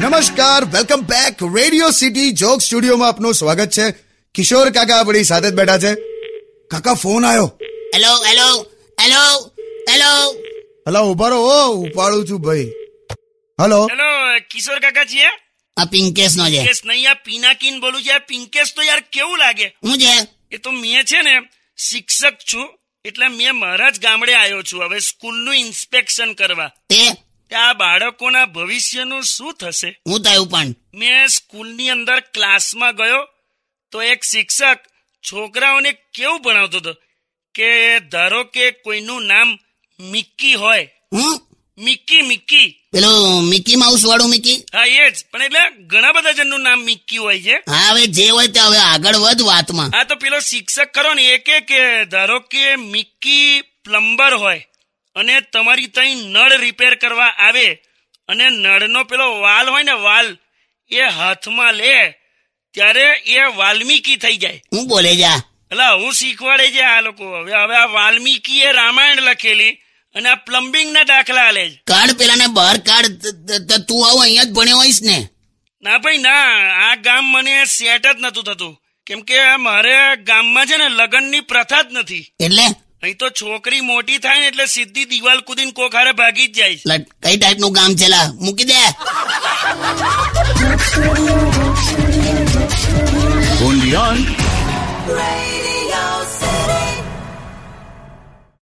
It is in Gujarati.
નમસ્કાર welcome back Radio City joke સ્ટુડિયોમાં આપનું સ્વાગત છે કિશોર કાકા આપણી સાથે જ બેઠા છે કાકા ફોન આવ્યો હેલો હેલો હેલો હેલો હલા ઉભા રહો ઓ, ઉપાડું છું ભાઈ હલો હેલો કિશોર કાકા છીએ આ પિંકેશ નો છે કેશ નહીં આ પિનાકીન બોલું છું આ પિંકેશ તો યાર કેવું લાગે હું છે એ તો મેં છે ને શિક્ષક છું એટલે મેં મારા જ ગામડે આવ્યો છું હવે સ્કૂલનું ઇન્સ્પેક્શન કરવા તે કે આ બાળકોના ભવિષ્યનું શું થશે હું થયું પણ મેં સ્કૂલની અંદર ક્લાસમાં ગયો તો એક શિક્ષક છોકરાઓને કેવું ભણાવતો હતો કે ધારો કે કોઈનું નામ મિક્કી હોય હું મિક્કી મિક્કી પેલું મિકી માઉસ વાળું મિકી હા એ જ પણ એટલે ઘણા બધા જણનું નામ મિક્કી હોય છે હા હવે જે હોય તે હવે આગળ વધ વાતમાં આ તો પેલો શિક્ષક ખરો ને એ કે કે ધારો કે મિક્કી પ્લમ્બર હોય અને તમારી ત્યાં નળ રિપેર કરવા આવે અને નળનો પેલો વાલ હોય ને વાલ એ હાથમાં લે ત્યારે એ વાલ્મીકી થઈ જાય હું બોલે જા એટલે હું શીખવાડે છે આ લોકો હવે હવે આ વાલ્મીકી એ રામાયણ લખેલી અને આ પ્લમ્બિંગના દાખલા આલે છે કાઢ પેલાને બહાર કાઢ ત- ત- ત- તું આવો અહીંયા જ ભણ્યો હોઈશ ને ના ભાઈ ના આ ગામ મને સેટ જ નતું થતું કેમ કે મારે ગામમાં છે ને લગ્નની પ્રથા જ નથી એટલે અહીં તો છોકરી મોટી થાય ને એટલે સીધી દિવાલ કૂદીને કોખારે ભાગી જ જાય છે. લટ કઈ ટાઈપનું ગામ છે લા મૂકી દે Undian